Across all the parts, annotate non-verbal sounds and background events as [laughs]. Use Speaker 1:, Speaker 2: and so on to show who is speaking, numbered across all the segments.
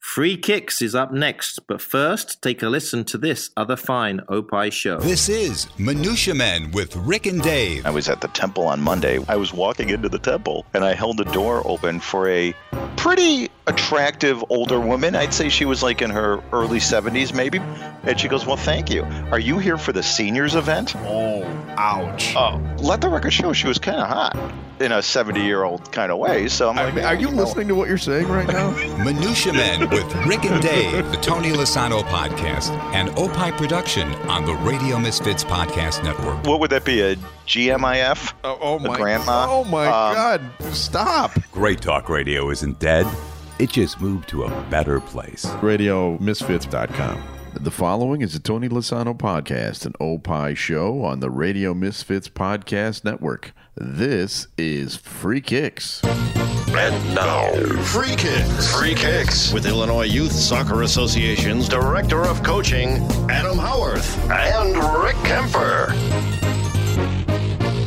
Speaker 1: Free Kicks is up next, but first, take a listen to this other fine Opie show.
Speaker 2: This is Minutia Men with Rick and Dave.
Speaker 3: I was at the temple on Monday. I was walking into the temple and I held the door open for a pretty attractive older woman. I'd say she was like in her early 70s, maybe. And she goes, Well, thank you. Are you here for the seniors event?
Speaker 4: Oh, ouch.
Speaker 3: Oh, let the record show she was kind of hot in a 70 year old kind of way. So I'm
Speaker 4: I
Speaker 3: like,
Speaker 4: mean, are you
Speaker 3: know,
Speaker 4: listening to what you're saying
Speaker 3: [laughs]
Speaker 4: right now?
Speaker 2: Minutia Men with Rick and Dave, the Tony Lasano podcast, and Opie production on the Radio Misfits podcast network.
Speaker 3: What would that be? A GMIF?
Speaker 4: oh, oh
Speaker 3: The
Speaker 4: my
Speaker 3: grandma?
Speaker 4: Oh my
Speaker 3: Um,
Speaker 4: god. Stop.
Speaker 5: Great Talk Radio isn't dead. It just moved to a better place.
Speaker 4: RadioMisfits.com. The following is a Tony Lasano podcast, an Opie show on the Radio Misfits Podcast Network. This is Free Kicks.
Speaker 6: And now, Free Kicks. Free Kicks. With Illinois Youth Soccer Association's Director of Coaching, Adam Howarth, and Rick Kemper.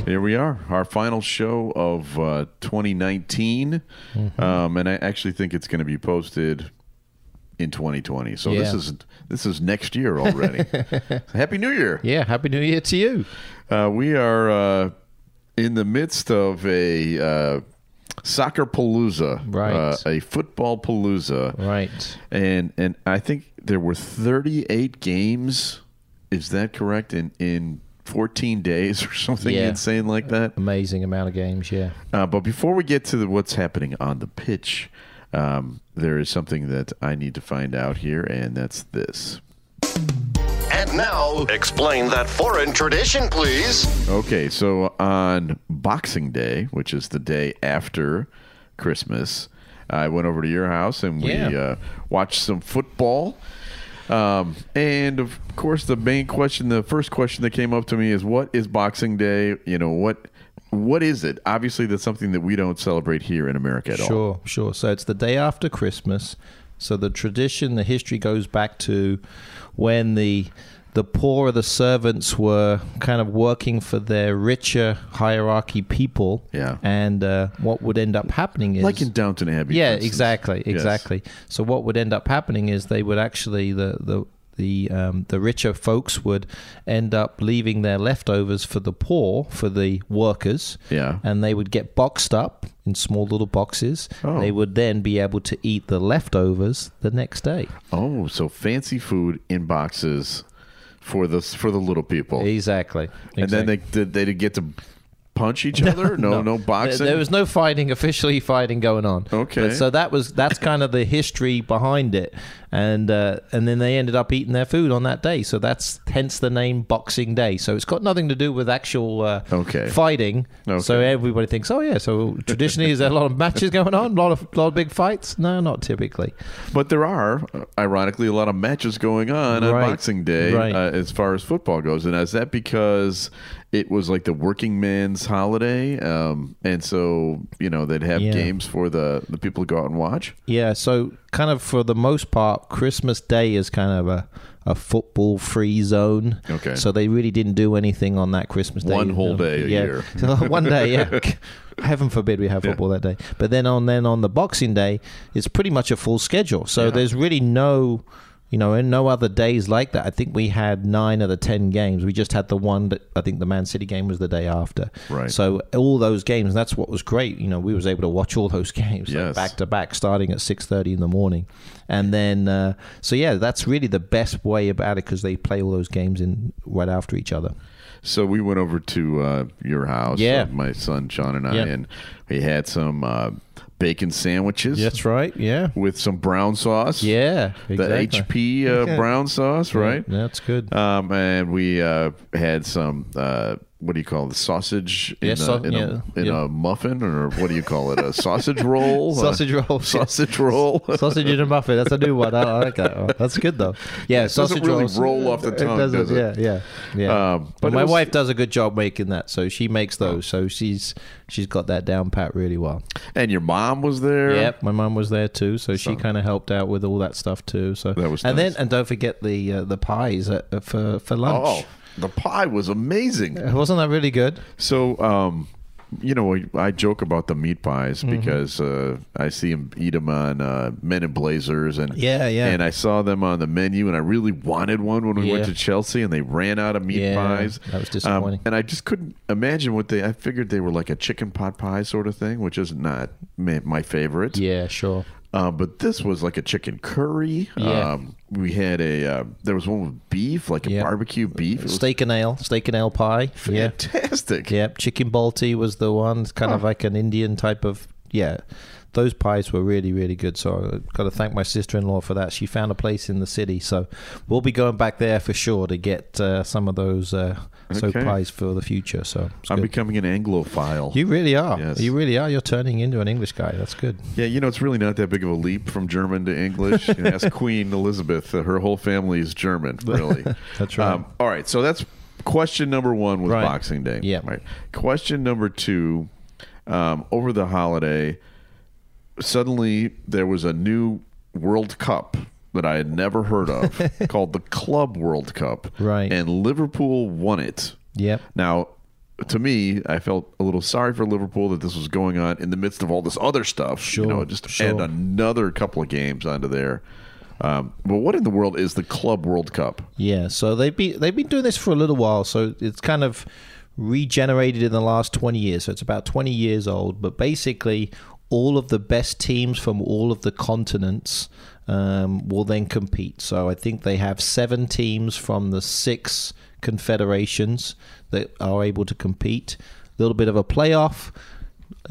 Speaker 4: Here we are, our final show of uh, 2019.
Speaker 3: Mm-hmm.
Speaker 4: Um, and I actually think it's going to be posted in 2020. So this
Speaker 7: Yeah.
Speaker 4: is this is next year
Speaker 3: [laughs]
Speaker 4: already. Happy New Year.
Speaker 7: Yeah, happy new year to you.
Speaker 4: Uh, we are uh, in the midst of a uh, soccer palooza,
Speaker 7: Right.
Speaker 4: Uh, a football palooza,
Speaker 7: Right.
Speaker 4: And and I think there were 38 games. Is that correct? In in 14 days or something
Speaker 7: Yeah.
Speaker 4: insane like that.
Speaker 7: Amazing amount of games, yeah.
Speaker 4: Uh, but before we get to the, what's happening on the pitch, um, there is something that I need to find out here, and that's this.
Speaker 6: And now, explain that foreign tradition, please.
Speaker 4: Okay, so on Boxing Day, which is the day after Christmas, I went over to your house and we
Speaker 7: Yeah.
Speaker 4: uh, watched some football. Um, and of course, the main question, the first question that came up to me is, "What is Boxing Day? You know what? What is it? Obviously, that's something that we don't celebrate here in America at all.
Speaker 7: Sure, sure. So it's the day after Christmas. So the tradition, the history goes back to when the the poor of the servants were kind of working for their richer hierarchy people.
Speaker 4: Yeah.
Speaker 7: And uh, what would end up happening is
Speaker 4: Like in Downton Abbey.
Speaker 7: yeah,
Speaker 4: for instance.
Speaker 7: exactly,
Speaker 4: Yes.
Speaker 7: exactly. So what would end up happening is they would actually the the the um, the richer folks would end up leaving their leftovers for the poor, for the workers.
Speaker 4: Yeah.
Speaker 7: and they would get boxed up in small little boxes.
Speaker 4: Oh.
Speaker 7: They would then be able to eat the leftovers the next day.
Speaker 4: Oh, so fancy food in boxes for the for the little people.
Speaker 7: Exactly.
Speaker 4: And then they did they did get to
Speaker 7: [laughs]
Speaker 4: punch each other? No, no, boxing.
Speaker 7: There, there was no fighting, officially fighting going on.
Speaker 4: Okay.
Speaker 7: But so that was that's kind of the history behind it, and uh, and then they ended up eating their food on that day. So that's hence the name Boxing Day. So it's got nothing to do with actual uh,
Speaker 4: Okay.
Speaker 7: fighting. So
Speaker 4: Okay.
Speaker 7: everybody thinks, oh yeah. So traditionally, is there a lot of matches [laughs] going on? A lot of lot of big fights? No, not typically.
Speaker 4: but there are, ironically, a lot of matches going on
Speaker 7: Right.
Speaker 4: on Boxing Day
Speaker 7: Right.
Speaker 4: uh, as far as football goes. And is that because it was like the working man's holiday? Um, and so, you know, they'd have
Speaker 7: Yeah.
Speaker 4: games for the, the people to go out and watch?
Speaker 7: Yeah, so kind of for the most part, Christmas Day is kind of a, a football free zone.
Speaker 4: Okay.
Speaker 7: So they really didn't do anything on that Christmas Day.
Speaker 4: One whole day a
Speaker 7: yeah.
Speaker 4: year.
Speaker 7: So [laughs] one day, yeah.
Speaker 4: [laughs]
Speaker 7: Heaven forbid we have football that day. But then on then on the Boxing Day, it's pretty much a full schedule. So there's really no you know, and no other days like that. I think we had nine of the ten games. We just had the one that I think the Man City game was the day after.
Speaker 4: Right.
Speaker 7: So all those games, that's what was great. You know, we was able to watch all those [laughs] games like,
Speaker 4: Yes.
Speaker 7: back to back starting at 6.30 in the morning and then uh, so yeah that's really the best way about it because they play all those games in right after each other
Speaker 4: So we went over to uh, your house.
Speaker 7: Yeah.
Speaker 4: uh, my son, Sean, and I,
Speaker 7: Yeah.
Speaker 4: and we had some uh, bacon sandwiches
Speaker 7: right yeah
Speaker 4: with some brown sauce.
Speaker 7: yeah
Speaker 4: The HP uh, brown sauce, right?
Speaker 7: that's good
Speaker 4: Um, and we uh, had some uh, what do you call the sausage in,
Speaker 7: Yeah,
Speaker 4: a,
Speaker 7: sau-
Speaker 4: in, a,
Speaker 7: yeah,
Speaker 4: in
Speaker 7: yeah.
Speaker 4: a muffin or what do you call it? A
Speaker 7: [laughs]
Speaker 4: sausage roll?
Speaker 7: Sausage
Speaker 4: Uh,
Speaker 7: roll. [laughs]
Speaker 4: Sausage roll.
Speaker 7: [laughs] sausage in a muffin that's a new one i, I like that one. that's good though yeah
Speaker 4: doesn't
Speaker 7: sausage
Speaker 4: really
Speaker 7: rolls.
Speaker 4: roll off the tongue,
Speaker 7: doesn't-
Speaker 4: does it?
Speaker 7: yeah yeah yeah
Speaker 4: Um, but
Speaker 7: but
Speaker 4: it
Speaker 7: my
Speaker 4: was- Oh.
Speaker 7: wife does a good job making that so she makes those so she's she's got that down pat really well
Speaker 4: and your mom was there.
Speaker 7: Yep, my mum was there too, so, she kind of helped out with all that stuff too. So
Speaker 4: That was
Speaker 7: and
Speaker 4: nice.
Speaker 7: then and don't forget the uh, the pies uh, uh, for for lunch. Uh,
Speaker 4: Oh, the pie was amazing.
Speaker 7: Wasn't that really good?
Speaker 4: So um, you know, I- I joke about the meat pies
Speaker 7: Mm-hmm.
Speaker 4: because uh, I see them eat them on uh, Men in Blazers, and
Speaker 7: Yeah, yeah.
Speaker 4: and I saw them on the menu, and I really wanted one when we went
Speaker 7: Yeah.
Speaker 4: to Chelsea, and they ran out of meat
Speaker 7: Yeah,
Speaker 4: pies.
Speaker 7: that was
Speaker 4: Um,
Speaker 7: disappointing.
Speaker 4: and I just couldn't imagine what they. I figured they were like a chicken pot pie sort of thing, which is not ma- my favorite.
Speaker 7: Yeah, sure.
Speaker 4: Uh, but this was like a chicken curry.
Speaker 7: Yeah.
Speaker 4: Um, we had a uh, there was one with beef, like a
Speaker 7: Yeah.
Speaker 4: barbecue beef. It was
Speaker 7: Steak and ale, steak and ale pie. Yeah.
Speaker 4: fantastic.
Speaker 7: Yep, chicken balti was the one. It's kind of like an Indian type of yeah. Those pies were really really good. So I got to thank my sister in law for that. She found a place in the city, so we'll be going back there for sure to get uh, some of those uh, so
Speaker 4: Okay.
Speaker 7: pies for the future. So it's
Speaker 4: I'm
Speaker 7: good.
Speaker 4: becoming an Anglophile.
Speaker 7: you really are.
Speaker 4: Yes.
Speaker 7: You really are. You're turning into an English guy. That's good.
Speaker 4: yeah, you know, it's really not that big of a leap from German to English. And
Speaker 7: [laughs]
Speaker 4: Ask Queen Elizabeth. uh, Her whole family is German, really. Um,
Speaker 7: That's right.
Speaker 4: all right, so that's question number one with
Speaker 7: Right.
Speaker 4: Boxing Day.
Speaker 7: Yeah.
Speaker 4: Right. Question number two um, over the holiday, suddenly there was a new World Cup that I had never
Speaker 7: [laughs]
Speaker 4: heard of called the Club World Cup.
Speaker 7: Right.
Speaker 4: And Liverpool won it.
Speaker 7: Yep.
Speaker 4: Now, to me, I felt a little sorry for Liverpool that this was going on in the midst of all this other stuff. Sure, you know, just
Speaker 7: sure.
Speaker 4: add another couple of games onto there. Um, but what in the world is the Club World Cup?
Speaker 7: Yeah, so they've been they've been doing this for a little while, so it's kind of regenerated in the last twenty years. So it's about twenty years old, but basically all of the best teams from all of the continents um, will then compete. So I think they have seven teams from the six confederations that are able to compete. A little bit of a playoff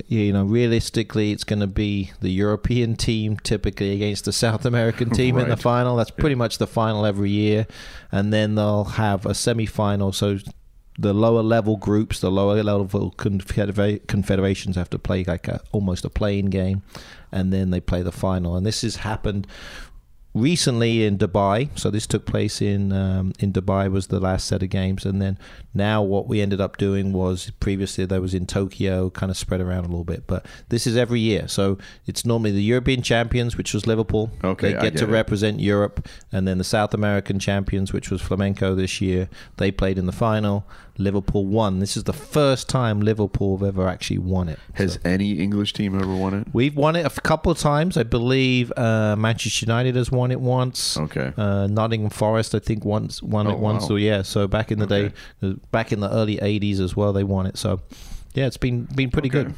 Speaker 7: you know, realistically, it's going to be the European team typically against the South American team in the
Speaker 4: Right.
Speaker 7: final. That's pretty much the final every year, and then they'll have a semi-final. So the lower level groups, the lower level confedera- confederations have to play like a, almost a playing game, and then they play the final. And this has happened recently in Dubai. So this took place in um, in Dubai was the last set of games, and then now what we ended up doing was previously there was in Tokyo, kind of spread around a little bit, but this is every year. So it's normally the European champions, which was Liverpool.
Speaker 4: Okay,
Speaker 7: they
Speaker 4: I
Speaker 7: get, to
Speaker 4: get it.
Speaker 7: represent Europe, and then the South American champions, which was Flamenco this year. They played in the final. Liverpool won. This is the first time Liverpool have ever actually won it.
Speaker 4: Has any English team ever won it?
Speaker 7: We've won it a f- couple of times, I believe. Uh, Manchester United has won it once.
Speaker 4: Okay.
Speaker 7: Uh, Nottingham Forest, I think, once won
Speaker 4: Oh,
Speaker 7: it once.
Speaker 4: wow.
Speaker 7: So yeah, so back in the day, uh, back in the early '80s as well, they won it. So yeah, it's been been pretty
Speaker 4: Okay.
Speaker 7: good.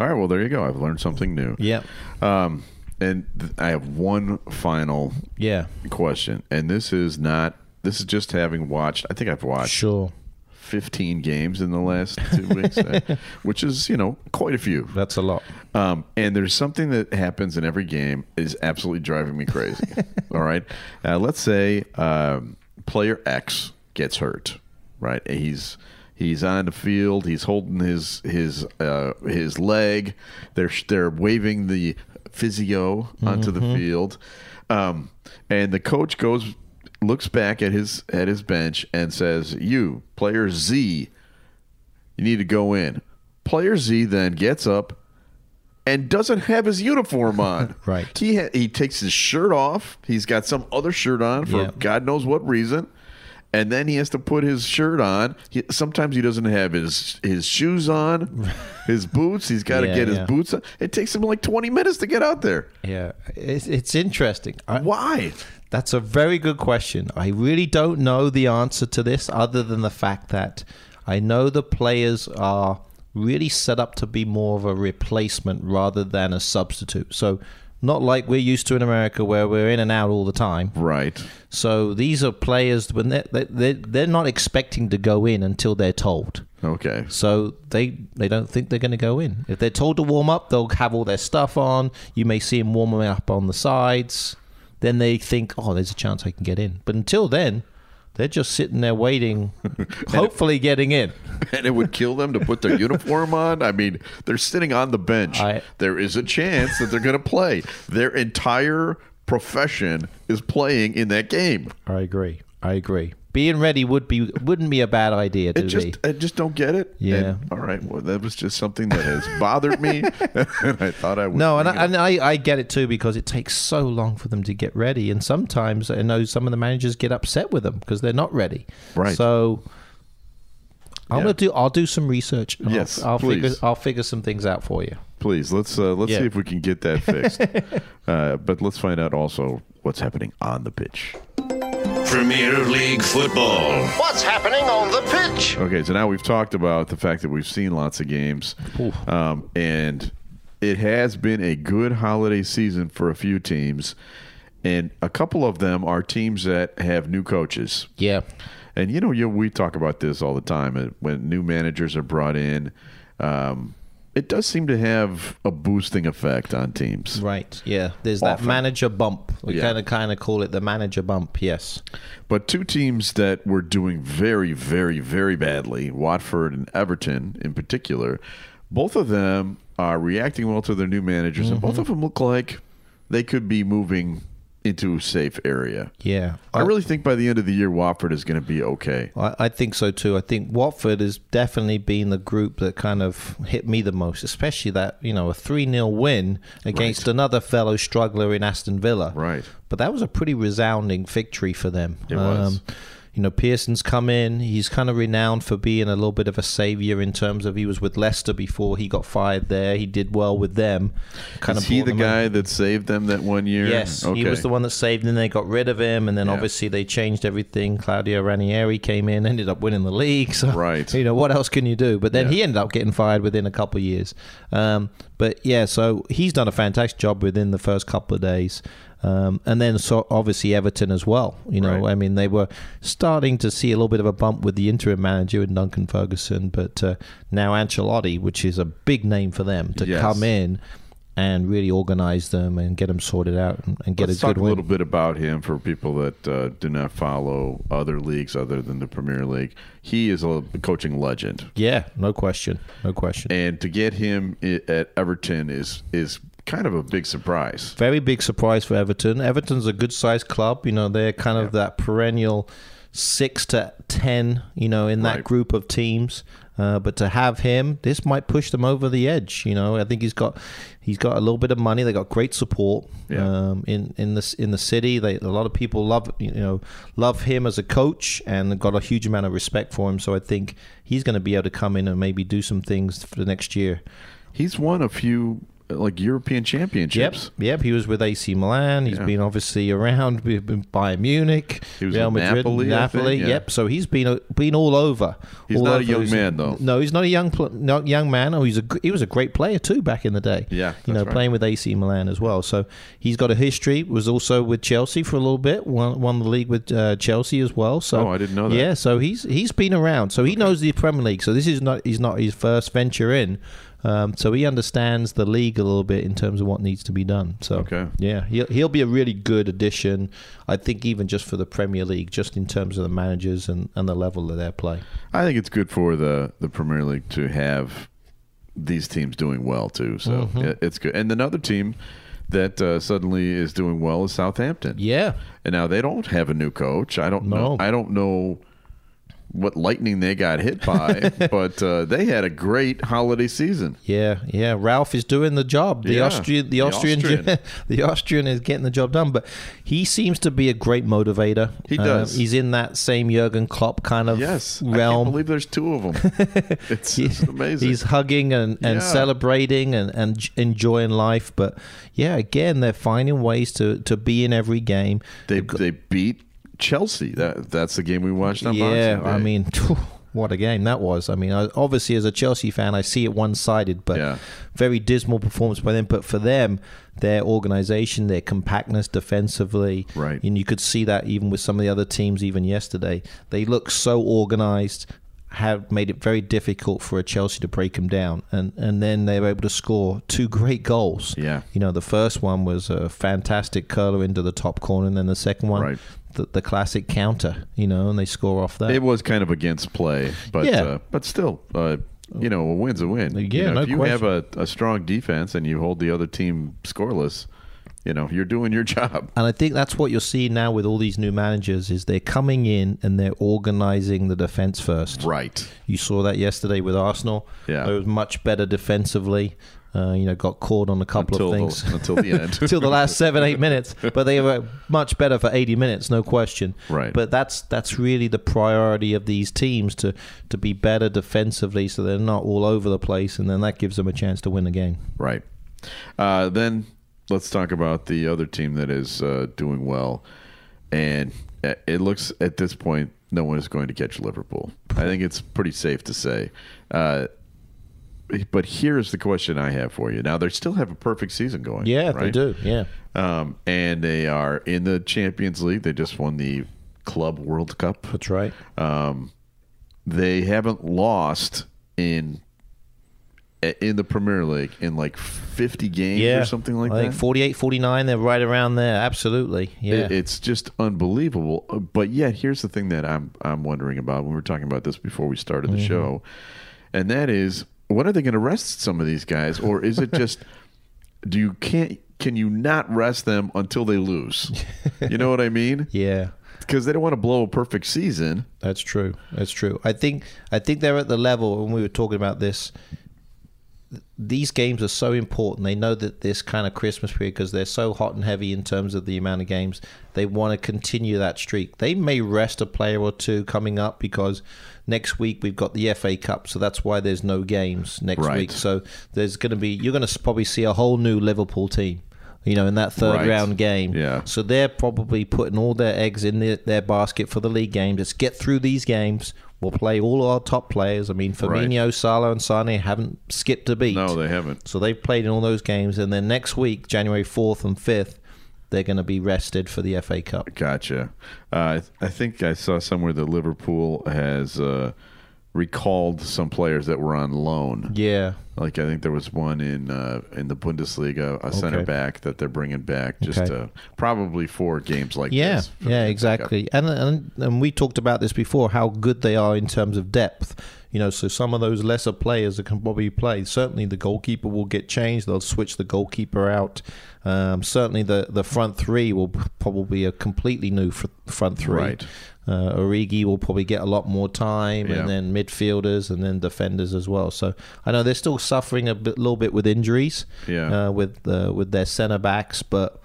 Speaker 4: All right, well, there you go. I've learned something new.
Speaker 7: Yeah,
Speaker 4: Um, and th- I have one final
Speaker 7: yeah,
Speaker 4: question, and this is not. This is just having watched. I think I've watched
Speaker 7: sure.
Speaker 4: 15 games in the last
Speaker 7: [laughs]
Speaker 4: two weeks, uh, which is you know quite a few.
Speaker 7: That's a lot.
Speaker 4: Um, and there's something that happens in every game that is absolutely driving me crazy. All right. Uh, let's say um, player X gets hurt, right? He's he's on the field. He's holding his his uh, his leg. They're they're waving the physio onto the field, um, and the coach goes looks back at his at his bench and says, "You player Z, you need to go in." Player Z then gets up and doesn't have his uniform on.
Speaker 7: [laughs] Right.
Speaker 4: He ha- he takes his shirt off. He's got some other shirt on for
Speaker 7: Yeah.
Speaker 4: God knows what reason. And then he has to put his shirt on. He, sometimes he doesn't have his his
Speaker 7: [laughs]
Speaker 4: shoes on, his boots. He's got to
Speaker 7: Yeah,
Speaker 4: get
Speaker 7: yeah.
Speaker 4: his boots on. It takes him like 20 minutes to get out there.
Speaker 7: Yeah, it's, it's interesting. I-
Speaker 4: Why?
Speaker 7: That's a very good question. I really don't know the answer to this other than the fact that I know the players are really set up to be more of a replacement rather than a substitute. So, not like we're used to in America where we're in and out all the time.
Speaker 4: Right.
Speaker 7: So, these are players when they're, they're, they're not expecting to go in until they're told.
Speaker 4: Okay.
Speaker 7: So they they don't think they're going to go in. If they're told to warm up, they'll have all their stuff on. You may see them warming up on the sides. Then they think, oh, there's a chance I can get in. But until then, they're just sitting there [laughs] waiting, hopefully getting in.
Speaker 4: and it would kill them to put their uniform on. I mean, they're sitting on the bench.
Speaker 7: I-
Speaker 4: there is a chance that they're going to play. Their entire profession is playing in that game.
Speaker 7: I agree. I agree. Being ready would be wouldn't be a bad idea to
Speaker 4: It
Speaker 7: be.
Speaker 4: just, I just don't get it.
Speaker 7: Yeah.
Speaker 4: And, all right. Well, that was just something that has bothered me,
Speaker 7: [laughs]
Speaker 4: and I thought I would.
Speaker 7: No, and
Speaker 4: bring
Speaker 7: I,
Speaker 4: it up.
Speaker 7: and I, I get it too because it takes so long for them to get ready, and sometimes I know some of the managers get upset with them because they're not ready.
Speaker 4: Right.
Speaker 7: So I'm gonna do. I'll do some research. and I'll-
Speaker 4: Yes,
Speaker 7: I'll, figure.
Speaker 4: please.
Speaker 7: I'll figure some things out for you.
Speaker 4: Please let's uh, let's
Speaker 7: Yeah.
Speaker 4: see if we can get
Speaker 7: [laughs]
Speaker 4: that fixed. uh, but let's find out also what's happening on the pitch.
Speaker 6: Premier League football.
Speaker 8: What's happening on the pitch?
Speaker 4: Okay, so now we've talked about the fact that we've seen lots of games, um, and it has been a good holiday season for a few teams, and a couple of them are teams that have new coaches.
Speaker 7: Yeah.
Speaker 4: And you know, you, we talk about this all the time uh, when new managers are brought in. Um, it does seem to have a boosting effect on teams.
Speaker 7: Right. Yeah. There's that
Speaker 4: Often.
Speaker 7: manager bump. We
Speaker 4: Yeah.
Speaker 7: kind of kind of call it the manager bump. Yes.
Speaker 4: But two teams that were doing very, very, very badly, Watford and Everton in particular, both of them are reacting well to their new managers, and
Speaker 7: Mm-hmm.
Speaker 4: both of them look like they could be moving into a safe area.
Speaker 7: Yeah.
Speaker 4: I really think by the end of the year, Watford is going to be okay.
Speaker 7: I, I think so too. I think Watford has definitely been the group that kind of hit me the most, especially that, you know, a 3 0 win against another fellow struggler in Aston Villa.
Speaker 4: Right.
Speaker 7: But that was a pretty resounding victory for them. It
Speaker 4: was.
Speaker 7: you know, Pearson's come in. He's kind of renowned for being a little bit of a savior in terms of he was with Leicester before he got fired there. He did well with them. Kind
Speaker 4: is he
Speaker 7: brought
Speaker 4: the
Speaker 7: them in.
Speaker 4: guy that saved them that one year?
Speaker 7: Yes, he was the one that saved, and they got rid of him, and then obviously they changed everything. Claudio Ranieri came in, ended up winning the league. [laughs] So
Speaker 4: Right.
Speaker 7: you know what else can you do? But then
Speaker 4: Yeah.
Speaker 7: he ended up getting fired within a couple of years. Um, but yeah, so he's done a fantastic job within the first couple of days. Um, and then so obviously Everton as well. You know,
Speaker 4: Right.
Speaker 7: I mean, they were starting to see a little bit of a bump with the interim manager in Duncan Ferguson, but uh, now Ancelotti, which is a big name for them, to
Speaker 4: Yes.
Speaker 7: come in and really organize them and get them sorted out and, and get
Speaker 4: Let's
Speaker 7: a
Speaker 4: talk
Speaker 7: good
Speaker 4: a
Speaker 7: win.
Speaker 4: little bit about him for people that uh, do not follow other leagues other than the Premier League. He is a coaching legend.
Speaker 7: Yeah, no question, no question.
Speaker 4: and to get him i- at Everton is is kind of a big surprise.
Speaker 7: Very big surprise for Everton. Everton's a good-sized club. You know, they're kind of that perennial six to ten. You know, in that
Speaker 4: Right.
Speaker 7: group of teams. Uh, but to have him, this might push them over the edge. You know, I think he's got he's got a little bit of money. They got great support
Speaker 4: Yeah.
Speaker 7: um, in in this in the city. They a lot of people love you know love him as a coach and got a huge amount of respect for him. So I think he's going to be able to come in and maybe do some things for the next year.
Speaker 4: He's won a few uh, like European championships.
Speaker 7: Yep, yep. He was with AC Milan. He's
Speaker 4: Yeah.
Speaker 7: been obviously around. We've been Bayern Munich,
Speaker 4: He was
Speaker 7: Real
Speaker 4: with
Speaker 7: Madrid,
Speaker 4: Napoli, I think, yeah.
Speaker 7: Yep. So he's been been all over.
Speaker 4: He's
Speaker 7: all
Speaker 4: not a
Speaker 7: over.
Speaker 4: young
Speaker 7: He's-
Speaker 4: man, though.
Speaker 7: No, he's not a young pl- not young man. Oh, he's a gr- he was a great player too back in the day.
Speaker 4: Yeah,
Speaker 7: you know,
Speaker 4: that's right.
Speaker 7: playing with AC Milan as well. So he's got a history. Was also with Chelsea for a little bit. Won, won the league with uh, Chelsea as well. So
Speaker 4: Oh, I didn't know that.
Speaker 7: Yeah, so he's he's been around. So he knows the Premier League. So this is not he's not his first venture in. Um, so he understands the league a little bit in terms of what needs to be done. So
Speaker 4: Okay.
Speaker 7: yeah, he'll he'll be a really good addition. I think even just for the Premier League, just in terms of the managers and, and the level of their play.
Speaker 4: I think it's good for the the Premier League to have these teams doing well too. So
Speaker 7: Mm-hmm.
Speaker 4: it- it's good. And another team that uh, suddenly is doing well is Southampton.
Speaker 7: Yeah,
Speaker 4: And now they don't have a new coach. I don't
Speaker 7: No.
Speaker 4: know. I don't know what lightning they got hit
Speaker 7: [laughs]
Speaker 4: by, but uh, they had a great holiday season.
Speaker 7: yeah, yeah. Ralph is doing the job. The
Speaker 4: Yeah,
Speaker 7: Austrian, the
Speaker 4: the
Speaker 7: Austrian,
Speaker 4: Austrian.
Speaker 7: [laughs] the Austrian is getting the job done. But he seems to be a great motivator.
Speaker 4: He
Speaker 7: Uh,
Speaker 4: does.
Speaker 7: he's in that same Jurgen Klopp kind of
Speaker 4: Yes, I can't
Speaker 7: realm.
Speaker 4: believe there's two of
Speaker 7: [laughs]
Speaker 4: them. It's, it's amazing.
Speaker 7: He's hugging and, and
Speaker 4: Yeah.
Speaker 7: celebrating and, and j- enjoying life. But yeah, again, they're finding ways to, to be in every game.
Speaker 4: They they beat Chelsea. That that's the game we watched on
Speaker 7: yeah,
Speaker 4: Boxing Day.
Speaker 7: I mean, what a game that was. I mean, I, obviously, as a Chelsea fan, I see it one sided, but
Speaker 4: Yeah.
Speaker 7: very dismal performance by them. But for them, their organization, their compactness defensively,
Speaker 4: Right.
Speaker 7: And you could see that even with some of the other teams, even yesterday, they look so organized. Have made it very difficult for a Chelsea to break them down, and and then they were able to score two great goals.
Speaker 4: Yeah.
Speaker 7: you know the first one was a fantastic curler into the top corner, and then the second one,
Speaker 4: Right.
Speaker 7: the, the classic counter, you know, and they score off that.
Speaker 4: it was kind of against play, but
Speaker 7: uh, Yeah.
Speaker 4: uh, but still, uh, you know, a win's a win. You
Speaker 7: Yeah,
Speaker 4: know,
Speaker 7: no
Speaker 4: if you have a, a strong defense and you hold the other team scoreless, you know, you're doing your [laughs] job.
Speaker 7: and I think that's what you're seeing now with all these new managers is they're coming in and they're organizing the defense first.
Speaker 4: Right.
Speaker 7: You saw that yesterday with Arsenal.
Speaker 4: Yeah.
Speaker 7: They was much better defensively. uh, you know, got caught on a couple
Speaker 4: until
Speaker 7: of things.
Speaker 4: [laughs] the, until the end.
Speaker 7: [laughs] till the last seven eight minutes but they were much better for 80 minutes no question
Speaker 4: Right.
Speaker 7: but that's that's really the priority of these teams to to be better defensively so they're not all over the place and then that gives them a chance to win the game
Speaker 4: Right. Uh, then let's talk about the other team that is uh, doing well, and uh, it looks at this point no one is going to catch Liverpool. I think it's pretty safe to say. Uh, but here's the question I have for you. Now they still have a perfect season going.
Speaker 7: yeah
Speaker 4: right?
Speaker 7: they do yeah
Speaker 4: Um, and they are in the Champions League. They just won the Club World Cup.
Speaker 7: that's right
Speaker 4: They haven't lost in in the Premier League in like 50 games
Speaker 7: yeah
Speaker 4: or something like
Speaker 7: I
Speaker 4: that.
Speaker 7: think 48 49 they're right around there absolutely yeah
Speaker 4: It, it's just unbelievable. Uh, But yet, here's the thing that I'm I'm wondering about. We were talking about this before we started
Speaker 7: Mm-hmm.
Speaker 4: the show, and that is, when are they going to rest some of these guys, or is it just [laughs] do you can't can you not rest them until they lose? You know what I mean?
Speaker 7: [laughs] yeah
Speaker 4: Because they don't want to blow a perfect season.
Speaker 7: That's true. That's true. I think I think they're at the level when we were talking about this. These games are so important. They know that this kind of Christmas period because they're so hot and heavy in terms of the amount of games. They want to continue that streak. They may rest a player or two coming up because next week we've got the FA Cup, so that's why there's no games next
Speaker 4: Right.
Speaker 7: week. So there's going to be you're going to probably see a whole new Liverpool team. You know, in that third
Speaker 4: Right.
Speaker 7: round game.
Speaker 4: Yeah.
Speaker 7: So they're probably putting all their eggs in their, their basket for the league games. Let's get through these games. We'll play all our top players. I mean, Firmino, Salah, and Sane haven't skipped a beat.
Speaker 4: No, they haven't.
Speaker 7: So they've played in all those games, and then next week, January fourth and fifth, they're going to be rested for the FA Cup.
Speaker 4: Gotcha. Uh, I I think I saw somewhere that Liverpool has uh, recalled some players that were on loan.
Speaker 7: Yeah.
Speaker 4: Like I think there was one in uh, in the Bundesliga, a center
Speaker 7: Okay.
Speaker 4: back that they're bringing back just
Speaker 7: Okay.
Speaker 4: uh, probably for games like
Speaker 7: Yeah,
Speaker 4: this.
Speaker 7: yeah, exactly. And, and and we talked about this before how good they are in terms of depth. You know, so some of those lesser players that can probably play. Certainly, the goalkeeper will get changed. They'll switch the goalkeeper out. Um, certainly, the the front three will p- probably be a completely new fr- front three.
Speaker 4: Right.
Speaker 7: Uh, Origi will probably get a lot more time,
Speaker 4: Yeah.
Speaker 7: and then midfielders, and then defenders as well. So I know they're still suffering a bit, little bit with injuries.
Speaker 4: Yeah.
Speaker 7: Uh, with uh, with their centre backs, but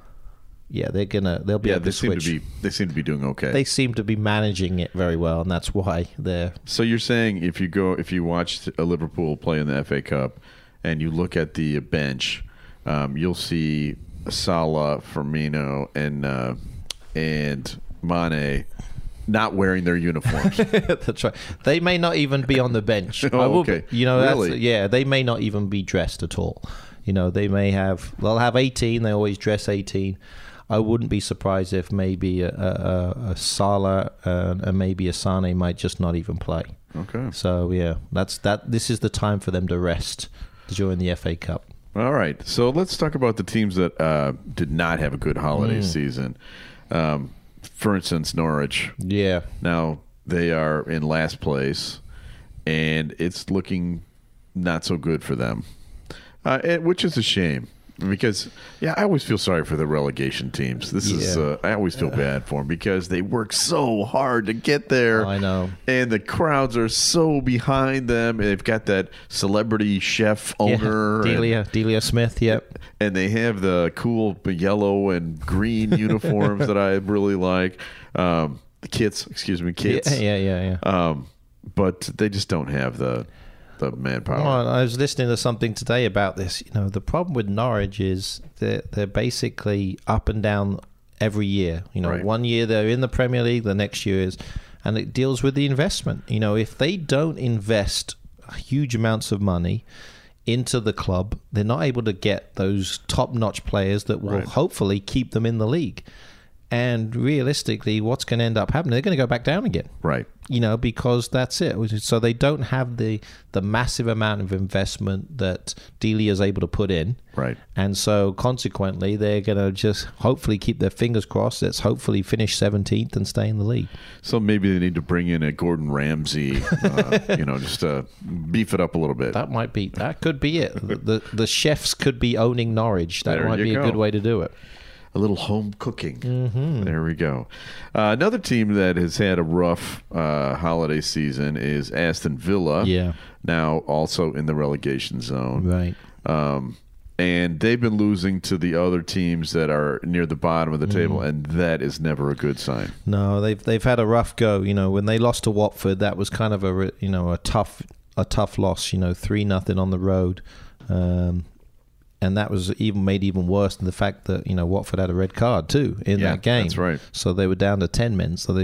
Speaker 7: yeah, they're gonna they'll be
Speaker 4: Yeah,
Speaker 7: able
Speaker 4: they
Speaker 7: to
Speaker 4: seem
Speaker 7: switch.
Speaker 4: to be they seem to be doing okay.
Speaker 7: They seem to be managing it very well, and that's why they're [laughs]
Speaker 4: so you're saying if you go if you watch a Liverpool play in the FA Cup and you look at the bench, um, you'll see Salah, Firmino, and uh, and Mane not wearing their
Speaker 7: [laughs]
Speaker 4: uniforms.
Speaker 7: that's right. They may not even be on the bench.
Speaker 4: [laughs] Oh,
Speaker 7: I will be-
Speaker 4: okay.
Speaker 7: you know, that's-
Speaker 4: Really?
Speaker 7: yeah, they may not even be dressed at all. You know, they may have they'll have eighteen. They always dress eighteen. I wouldn't be surprised if maybe a, a, a- a Salah uh, and maybe a Sane might just not even play.
Speaker 4: okay.
Speaker 7: So yeah, that's that. This is the time for them to rest during the FA Cup.
Speaker 4: All right. So let's talk about the teams that uh, did not have a good
Speaker 7: Hmm.
Speaker 4: holiday season. Um, for instance, Norwich.
Speaker 7: Yeah,
Speaker 4: Now they are in last place, and it's looking not so good for them, uh, it, which is a shame. Because yeah, I always feel sorry for the relegation teams. This is
Speaker 7: Yeah.
Speaker 4: uh, I always feel bad for them because they work so hard to get there.
Speaker 7: Oh, I know.
Speaker 4: and the crowds are so behind them. They've got that celebrity chef owner,
Speaker 7: yeah. [laughs]
Speaker 4: and-
Speaker 7: Delia Delia Smith. Yep.
Speaker 4: and they have the cool yellow and
Speaker 7: [laughs]
Speaker 4: green uniforms that I really like. Um, the kits, excuse me, kits.
Speaker 7: Yeah, yeah, yeah, yeah.
Speaker 4: Um, but they just don't have the the manpower.
Speaker 7: Well, I was listening to something today about this. You know, the problem with Norwich is they're, they're basically up and down every year. You know,
Speaker 4: Right.
Speaker 7: one year they're in the Premier League, the next year is, and it deals with the investment. You know, if they don't invest huge amounts of money into the club, they're not able to get those top notch players that will hopefully keep them in the league. And realistically, what's going to end up happening? They're going to go back down again
Speaker 4: Right.
Speaker 7: you know, because that's it. So they don't have the the massive amount of investment that Delia is able to put in,
Speaker 4: Right.
Speaker 7: And so consequently, they're going to just hopefully keep their fingers crossed. Let's hopefully finish seventeenth and stay in the league.
Speaker 4: So maybe they need to bring in a Gordon Ramsay, uh,
Speaker 7: [laughs]
Speaker 4: you know, just uh, beef it up a little bit.
Speaker 7: That might be that could be it. The the, the chefs could be owning Norwich. That
Speaker 4: There
Speaker 7: might
Speaker 4: you
Speaker 7: be
Speaker 4: go.
Speaker 7: a good way to do it.
Speaker 4: a little home cooking.
Speaker 7: Mm-hmm.
Speaker 4: There we go. Uh, another team that has had a rough uh, holiday season is Aston Villa.
Speaker 7: Yeah.
Speaker 4: Now also in the relegation zone.
Speaker 7: Right.
Speaker 4: Um, and they've been losing to the other teams that are near the bottom of the table,
Speaker 7: Mm.
Speaker 4: and that is never a good sign.
Speaker 7: No, they've they've had a rough go. You know, when they lost to Watford, that was kind of a re- you know a tough a tough loss. You know, three nothing on the road, um, and that was even made even worse than the fact that you know Watford had a red card too in
Speaker 4: Yeah,
Speaker 7: that game.
Speaker 4: that's right.
Speaker 7: So they were down to ten men. So they,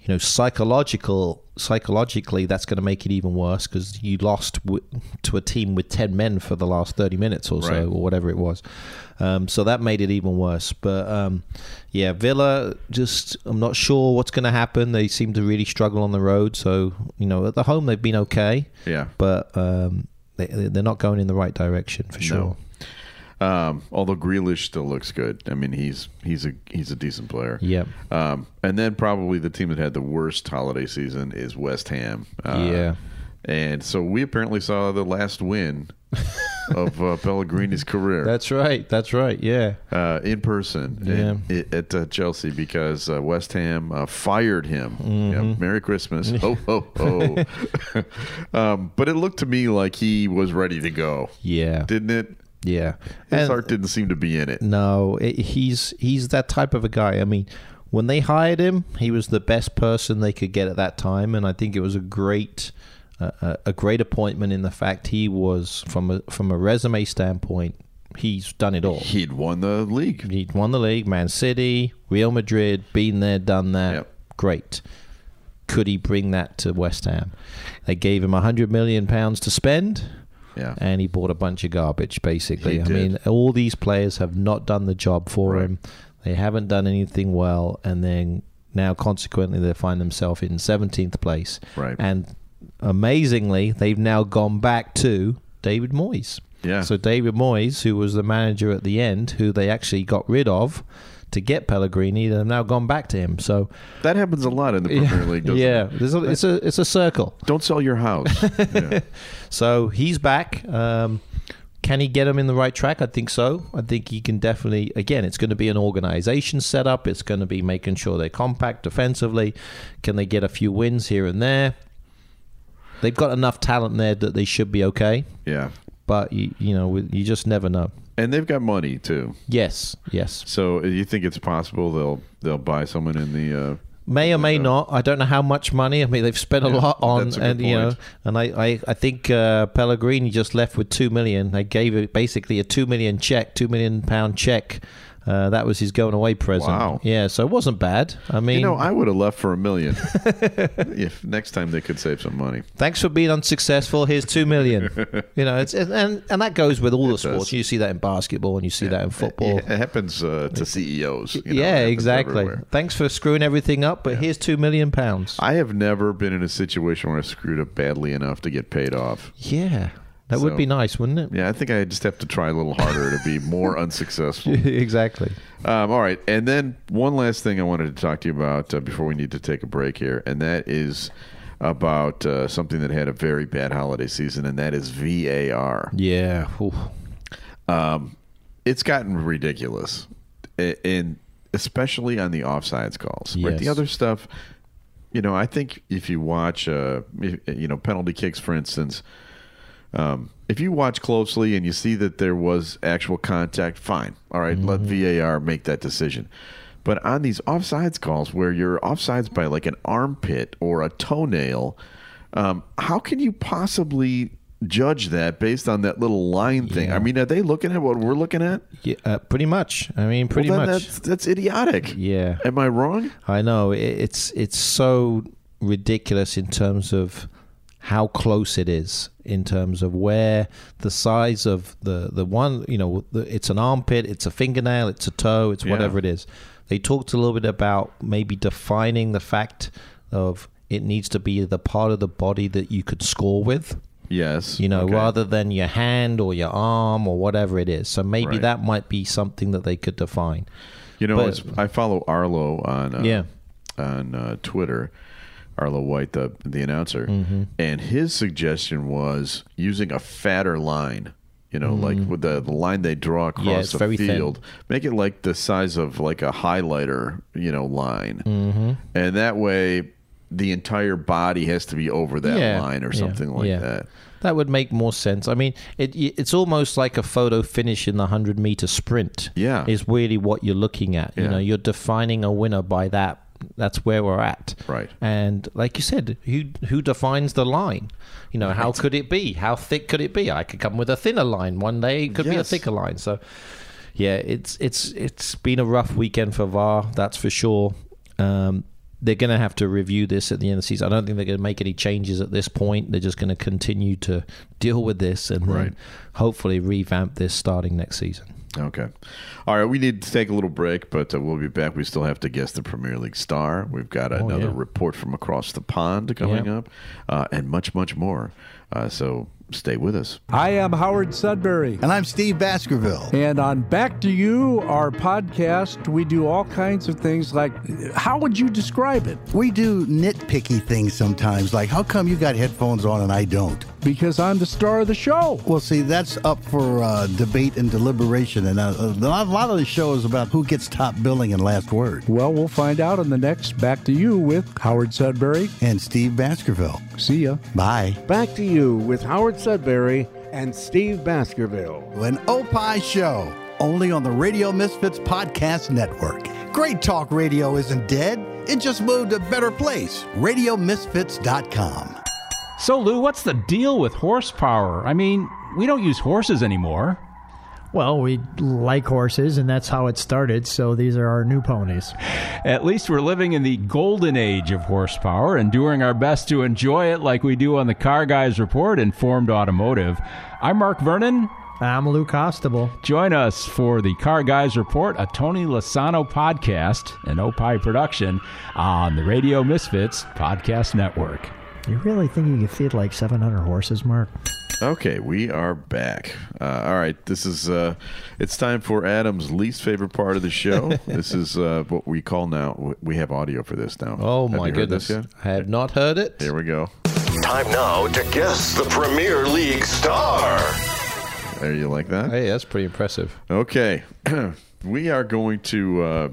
Speaker 7: you know, psychological psychologically, that's going to make it even worse because you lost w- to a team with ten men for the last thirty minutes or so,
Speaker 4: Right.
Speaker 7: or whatever it was. Um, so that made it even worse. But um, yeah, Villa, just I'm not sure what's going to happen. They seem to really struggle on the road. So you know, at the home they've been okay.
Speaker 4: Yeah.
Speaker 7: But um, they, they're not going in the right direction for sure.
Speaker 4: Um, although Grealish still looks good. I mean, he's he's a he's a decent player.
Speaker 7: Yep.
Speaker 4: Um, and then probably the team that had the worst holiday season is West Ham. Uh,
Speaker 7: Yeah.
Speaker 4: And so we apparently saw the
Speaker 7: [laughs]
Speaker 4: last win of uh, Pellegrini's career.
Speaker 7: That's right. That's right. Yeah.
Speaker 4: uh, in person
Speaker 7: Yeah.
Speaker 4: in, i- at uh, Chelsea because uh, West Ham uh, fired him.
Speaker 7: Mm-hmm.
Speaker 4: Yeah,
Speaker 7: [laughs]
Speaker 4: Merry Christmas. ho, ho, ho. [laughs] um, but it looked to me like he was ready to go,
Speaker 7: Yeah.
Speaker 4: didn't it?
Speaker 7: yeah.
Speaker 4: His
Speaker 7: And-
Speaker 4: heart didn't seem to be in it.
Speaker 7: No, it, he's he's that type of a guy. I mean, when they hired him, he was the best person they could get at that time, and I think it was a great uh, a- a great appointment in the fact he was from a from a resume standpoint, he's done it all.
Speaker 4: He'd won the league.
Speaker 7: He'd won the league, Man City, Real Madrid, been there, done that.
Speaker 4: Yep.
Speaker 7: Great. Could he bring that to West Ham? They gave him a hundred million pounds to spend.
Speaker 4: Yeah.
Speaker 7: And he bought a bunch of garbage, basically.
Speaker 4: He
Speaker 7: I
Speaker 4: did.
Speaker 7: mean, all these players have not done the job for
Speaker 4: Right.
Speaker 7: him. They haven't done anything well, and then now consequently they find themselves in seventeenth place.
Speaker 4: Right.
Speaker 7: And amazingly, they've now gone back to David Moyes.
Speaker 4: Yeah.
Speaker 7: So David Moyes, who was the manager at the end, who they actually got rid of to get Pellegrini, they've now gone back to him. So
Speaker 4: That happens a lot in the Premier League, doesn't
Speaker 7: yeah,
Speaker 4: it?
Speaker 7: there's a, it's a it's a circle.
Speaker 4: Don't sell
Speaker 7: [laughs]
Speaker 4: your house. Yeah.
Speaker 7: So he's back. Um, can he get him in the right track? I think so. I think he can definitely. Again, it's going to be an organization setup. It's going to be making sure they're compact defensively. Can they get a few wins here and there? They've got enough talent there that they should be okay.
Speaker 4: yeah.
Speaker 7: But you, you know, you just never know.
Speaker 4: And they've got money too.
Speaker 7: Yes, yes.
Speaker 4: So uh, you think it's possible they'll they'll buy someone in the uh,
Speaker 7: may or may not. I don't know how much money. I mean, they've spent
Speaker 4: Yeah,
Speaker 7: a lot on,
Speaker 4: that's a good
Speaker 7: and you know,
Speaker 4: point.
Speaker 7: and I, I, I think uh, Pellegrini just left with two million. They gave it basically a two million check, two million pound check. Uh, that was his going away present.
Speaker 4: Wow.
Speaker 7: Yeah, so it wasn't bad. I mean,
Speaker 4: You know, I would have left for
Speaker 7: [laughs]
Speaker 4: a million if next time they could save some money.
Speaker 7: thanks for being unsuccessful. Here's two
Speaker 4: [laughs]
Speaker 7: million. you know, it's and and that goes with all the sports.
Speaker 4: does.
Speaker 7: You see that in basketball, and you see that in football.
Speaker 4: It, it happens uh, to CEOs. you know, it
Speaker 7: yeah,
Speaker 4: happens
Speaker 7: exactly.
Speaker 4: everywhere.
Speaker 7: Thanks for screwing everything up, but here's two million pounds.
Speaker 4: I have never been in a situation where I screwed up badly enough to get paid off.
Speaker 7: yeah, that
Speaker 4: So-
Speaker 7: would be nice, wouldn't it?
Speaker 4: Yeah, I think I just have to try a little harder to
Speaker 7: [laughs]
Speaker 4: be more unsuccessful.
Speaker 7: exactly.
Speaker 4: Um, all right, and then one last thing I wanted to talk to you about uh, before we need to take a break here, and that is about uh, something that had a very bad holiday season, and that is VAR.
Speaker 7: Yeah.
Speaker 4: it's gotten ridiculous, A- and especially on the offsides calls. Right,
Speaker 7: Yes.
Speaker 4: the other stuff, you know, I think if you watch, uh, if- you know, penalty kicks, for instance, um, if you watch closely and you see that there was actual contact, fine, all right, let VAR make that decision. But on these offsides calls, where you're offsides by like an armpit or a toenail, um, how can you possibly judge that based on that little line thing? I mean, are they looking at what we're looking at?
Speaker 7: Yeah, uh, pretty much. I mean, pretty
Speaker 4: Well, then
Speaker 7: much.
Speaker 4: That's, that's idiotic.
Speaker 7: Yeah.
Speaker 4: Am I wrong?
Speaker 7: I know it, it's it's so ridiculous in terms of how close it is in terms of where the size of the the one you know the, it's an armpit it's a fingernail it's a toe it's whatever it is they talked a little bit about maybe defining the fact of it needs to be the part of the body that you could score with
Speaker 4: Yes.
Speaker 7: you know,
Speaker 4: Okay.
Speaker 7: rather than your hand or your arm or whatever it is. So maybe
Speaker 4: Right.
Speaker 7: that might be something that they could define.
Speaker 4: You know,
Speaker 7: but-
Speaker 4: it's I follow Arlo on uh,
Speaker 7: Yeah.
Speaker 4: on uh, Twitter, Arlo White, the the announcer,
Speaker 7: Mm-hmm.
Speaker 4: and his suggestion was using a fatter line. You know, like with the, the line they draw across
Speaker 7: Mm. Yeah, it's
Speaker 4: the
Speaker 7: very thin.
Speaker 4: field, make it like the size of like a highlighter, you know, line, mm-hmm. and that way the entire body has to be over that
Speaker 7: Yeah,
Speaker 4: line or
Speaker 7: yeah,
Speaker 4: something like
Speaker 7: yeah.
Speaker 4: that.
Speaker 7: That would make more sense. I mean, it, it's almost like a photo finish in the 100 meter sprint.
Speaker 4: Yeah.
Speaker 7: Is really what you're looking at. You
Speaker 4: Yeah.
Speaker 7: know, you're defining a winner by that. That's where we're at.
Speaker 4: Right.
Speaker 7: And like you said, who who defines the line? You know, how could it be? How thick could it be? I could come with a thinner line one day. It could be a
Speaker 4: Yes.
Speaker 7: thicker line. So, yeah, it's it's it's been a rough weekend for VAR. That's for sure. Um, they're going to have to review this at the end of the season. I don't think they're going to make any changes at this point. They're just going to continue to deal with this and
Speaker 4: Right.
Speaker 7: then hopefully revamp this starting next season.
Speaker 4: Okay. All right. We need to take a little break, but uh, we'll be back. We still have to guess the Premier League star. We've got another
Speaker 7: Oh, yeah.
Speaker 4: report from across the pond coming
Speaker 7: Yeah.
Speaker 4: up uh, and much, much more. Uh, so stay with us.
Speaker 9: I am Howard Sudbury.
Speaker 10: And I'm Steve Baskerville.
Speaker 9: And on Back to You, our podcast, we do all kinds of things like how would you describe it?
Speaker 10: We do nitpicky things sometimes, like how come you got headphones on and I don't?
Speaker 9: Because I'm the star of the show.
Speaker 10: Well, see, that's up for uh, debate and deliberation, and uh, a lot- a lot of the show is about who gets top billing and last word.
Speaker 9: Well, we'll find out on the next Back to You with Howard Sudbury.
Speaker 10: And Steve Baskerville.
Speaker 9: See ya.
Speaker 10: Bye.
Speaker 11: Back to you with Howard Sudbury and Steve Baskerville.
Speaker 10: An Opie Show, only on the Radio Misfits Podcast Network. Great talk radio isn't dead. It just moved to a better place. RadioMisfits.com.
Speaker 12: So, Lou, what's the deal with horsepower? I mean, we don't use horses anymore.
Speaker 13: Well, we like horses, and that's how it started. So these are our new ponies.
Speaker 12: At least we're living in the golden age of horsepower and doing our best to enjoy it like we do on the Car Guys Report Informed Automotive. I'm Mark Vernon.
Speaker 13: I'm Lou Costable.
Speaker 12: Join us for the Car Guys Report, a Tony Lasano podcast, an Opie production on the Radio Misfits Podcast Network.
Speaker 13: You really think you could feed like 700 horses, Mark?
Speaker 4: Okay, we are back. Uh, all right, this is uh, it's time for Adam's least favorite part of
Speaker 7: [laughs]
Speaker 4: the show. this is uh, what we call now. We have audio for this now.
Speaker 7: Oh,
Speaker 4: Have
Speaker 7: my
Speaker 4: you heard this
Speaker 7: goodness.
Speaker 4: yet?
Speaker 7: I have not heard it.
Speaker 4: Here we go.
Speaker 6: Time now to guess the Premier League star.
Speaker 4: There, you like that?
Speaker 7: Hey, that's pretty impressive.
Speaker 4: Okay. [clears throat] we are going to, uh,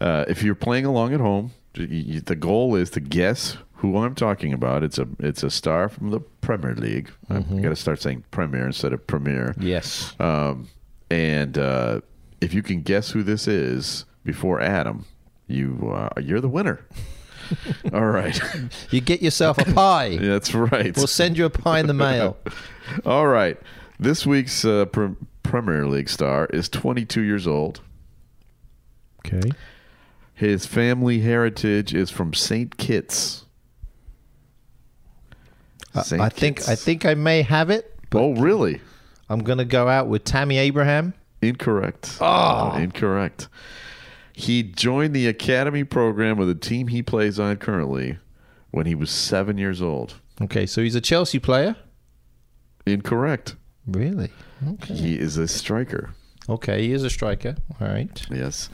Speaker 4: uh, if you're playing along at home, y- y- the goal is to guess who I'm talking about. It's a it's a star from the Premier League.
Speaker 7: Mm-hmm.
Speaker 4: I've got to start saying Premier instead of Premier.
Speaker 7: Yes.
Speaker 4: Um, and uh, if you can guess who this is before Adam, you uh, you're
Speaker 7: [laughs]
Speaker 4: the winner. All right. [laughs]
Speaker 7: You get yourself a pie.
Speaker 4: That's right.
Speaker 7: We'll send you a pie in
Speaker 4: [laughs]
Speaker 7: the mail.
Speaker 4: All right. This week's uh, pre- Premier League star is 22 years old.
Speaker 7: Okay.
Speaker 4: His family heritage is from St. Kitts. Saint
Speaker 7: I think
Speaker 4: Kitts.
Speaker 7: I think I may have it.
Speaker 4: oh, really?
Speaker 7: I'm going to go out with Tammy Abraham.
Speaker 4: Incorrect.
Speaker 7: Ah.
Speaker 4: Uh, Incorrect. He joined the academy program with the team he plays on currently when he was seven years old.
Speaker 7: Okay, so he's a Chelsea player.
Speaker 4: Incorrect.
Speaker 7: Really? Okay.
Speaker 4: He is a striker.
Speaker 7: Okay, he is a striker. All right.
Speaker 4: Yes.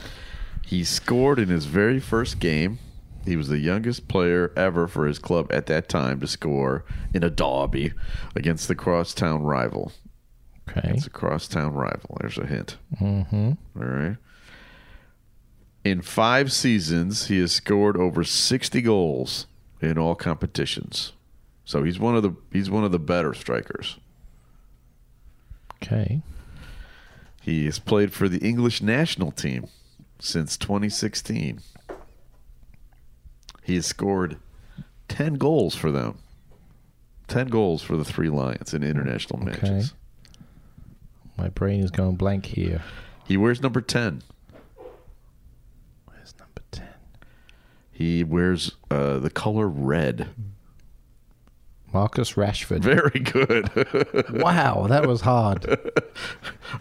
Speaker 4: He scored in his very first game. He was the youngest player ever for his club at that time to score in a derby against the crosstown rival.
Speaker 7: Okay.
Speaker 4: It's a crosstown rival. There's a hint. Mm-hmm. right. In five seasons, he has scored over 60 goals in all competitions. So he's one of the he's one of the better strikers.
Speaker 7: Okay.
Speaker 4: He has played for the English national team since 2016. He has scored 10 goals for them. 10 goals for the Three Lions in international matches.
Speaker 7: My brain is going blank here.
Speaker 4: He wears number 10.
Speaker 7: Where's number 10?
Speaker 4: He wears uh, the color red. [laughs]
Speaker 7: Marcus Rashford.
Speaker 4: Very good. [laughs]
Speaker 7: Wow, that was hard.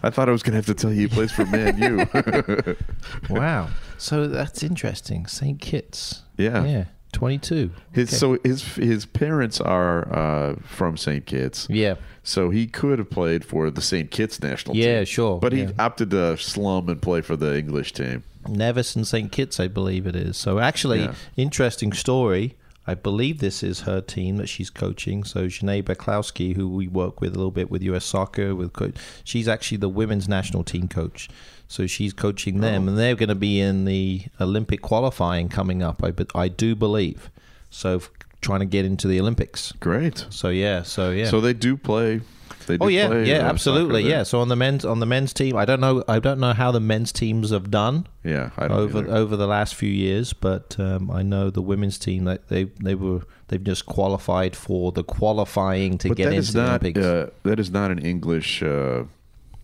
Speaker 4: I thought I was going to have to tell you he plays for Man U. [laughs]
Speaker 7: Wow. So that's interesting. St. Kitts.
Speaker 4: Yeah.
Speaker 7: Yeah. 22.
Speaker 4: his,
Speaker 7: Okay.
Speaker 4: So his his parents are uh, from St. Kitts.
Speaker 7: Yeah.
Speaker 4: So he could have played for the St. Kitts national team.
Speaker 7: Yeah, sure,
Speaker 4: But he
Speaker 7: yeah.
Speaker 4: opted to slum and play for the English team.
Speaker 7: Nevis and St. Kitts, I believe it is. So actually,
Speaker 4: Yeah.
Speaker 7: interesting story. I believe this is her team that she's coaching. So Janae Baklowski, who we work with a little bit with US Soccer, with coach, she's actually the women's national team coach. So she's
Speaker 4: Oh.
Speaker 7: coaching them, and they're going to be in the Olympic qualifying coming up. I, be- I do believe. So f- trying to get into the Olympics.
Speaker 4: Great.
Speaker 7: So yeah. So yeah.
Speaker 4: So they do play. They do
Speaker 7: oh yeah,
Speaker 4: play,
Speaker 7: yeah,
Speaker 4: uh,
Speaker 7: absolutely,
Speaker 4: soccer there.
Speaker 7: yeah. So on the men's on the men's team, I don't know, I don't know how the men's teams have done.
Speaker 4: Yeah, I don't
Speaker 7: over uh, over the last few years, but um, I know the women's team that they they were they've just qualified for the qualifying to
Speaker 4: but
Speaker 7: get
Speaker 4: that
Speaker 7: into
Speaker 4: is
Speaker 7: the
Speaker 4: not
Speaker 7: Olympics.
Speaker 4: uh, that is not an English uh,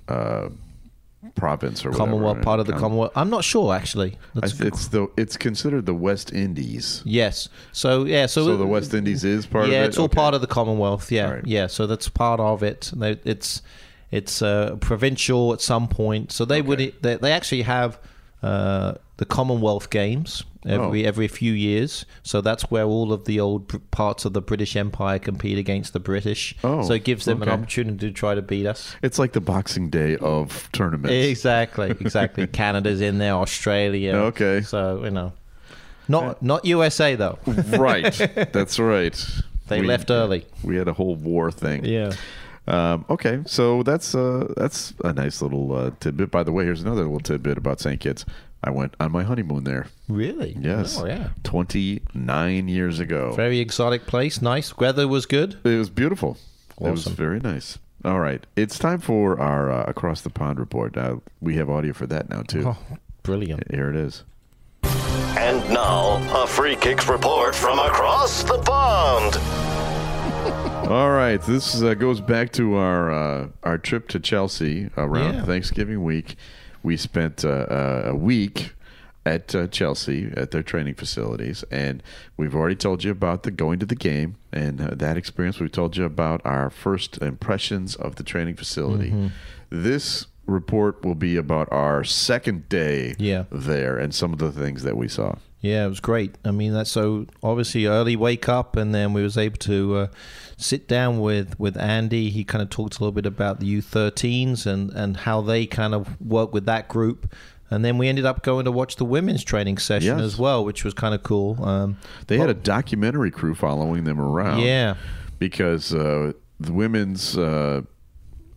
Speaker 4: uh, province or whatever,
Speaker 7: Commonwealth,
Speaker 4: right?
Speaker 7: part of the
Speaker 4: Com-
Speaker 7: Commonwealth. I'm not sure actually.
Speaker 4: I
Speaker 7: That's
Speaker 4: th- it's the it's considered the West Indies.
Speaker 7: Yes. So yeah. So,
Speaker 4: So the West Indies is part of
Speaker 7: Yeah,
Speaker 4: it?
Speaker 7: it's all
Speaker 4: Okay.
Speaker 7: part of the Commonwealth. Yeah, yeah. So that's part of it. And they- It's it's uh, provincial at some point. So they would they, they actually have uh, the Commonwealth Games every
Speaker 14: Oh.
Speaker 7: every few years. So that's where all of the old br- parts of the British Empire compete against the British.
Speaker 4: Oh,
Speaker 7: so it gives them
Speaker 4: okay.
Speaker 7: an opportunity to try to beat us.
Speaker 4: It's like the Boxing Day of tournaments.
Speaker 7: Exactly,
Speaker 4: [laughs]
Speaker 7: exactly. Canada's in there, Australia.
Speaker 4: Okay.
Speaker 7: So you know, not not USA though.
Speaker 4: right. That's right.
Speaker 7: They left early.
Speaker 4: We had a whole war thing.
Speaker 7: Yeah.
Speaker 4: Um, okay, so that's uh, that's a nice little uh, tidbit. By the way, here's another little tidbit about St. Kitts. I went on my honeymoon there.
Speaker 7: Really?
Speaker 4: Yes.
Speaker 7: Oh, yeah.
Speaker 4: Twenty nine years ago.
Speaker 7: Very exotic place. Nice weather was good.
Speaker 4: It was beautiful. It was very nice. All right, it's time for our uh, across the pond report. Now we have audio for that now too.
Speaker 7: Oh, brilliant!
Speaker 4: Here it is.
Speaker 6: And now, a free kicks report from across the pond.
Speaker 4: All right, this uh, goes back to our uh, our trip to Chelsea around
Speaker 5: Yeah.
Speaker 4: Thanksgiving week. We spent uh, uh, a week at uh, Chelsea at their training facilities, and we've already told you about the going to the game and uh, that experience. We've told you about our first impressions of the training facility.
Speaker 7: Mm-hmm.
Speaker 4: This report will be about our second day
Speaker 7: Yeah.
Speaker 4: there and some of the things that we saw.
Speaker 7: Yeah, it was great. I mean, that's so obviously early wake up, and then we was able to uh, sit down with with Andy. He kind of talked a little bit about the U13s and and how they kind of work with that group. And then we ended up going to watch the women's training session
Speaker 4: Yes.
Speaker 7: as well, which was kind of cool. Um,
Speaker 4: They had a documentary crew following them around.
Speaker 7: Yeah.
Speaker 4: Because uh, the women's uh,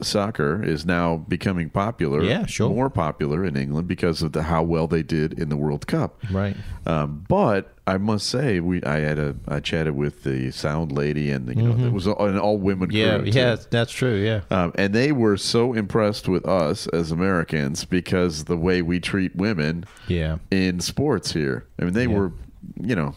Speaker 4: soccer is now becoming popular.
Speaker 7: Yeah, sure.
Speaker 4: More popular in England because of the how well they did in the World Cup.
Speaker 7: Right.
Speaker 4: Um, but I must say, we I had a I chatted with the sound lady, and you know
Speaker 7: Mhm.
Speaker 4: it was an all women
Speaker 7: yeah,
Speaker 4: crew. too.
Speaker 7: yeah, that's true. Yeah,
Speaker 4: Um, and they were so impressed with us as Americans because the way we treat women
Speaker 7: yeah.
Speaker 4: in sports here. I mean, they were, you know,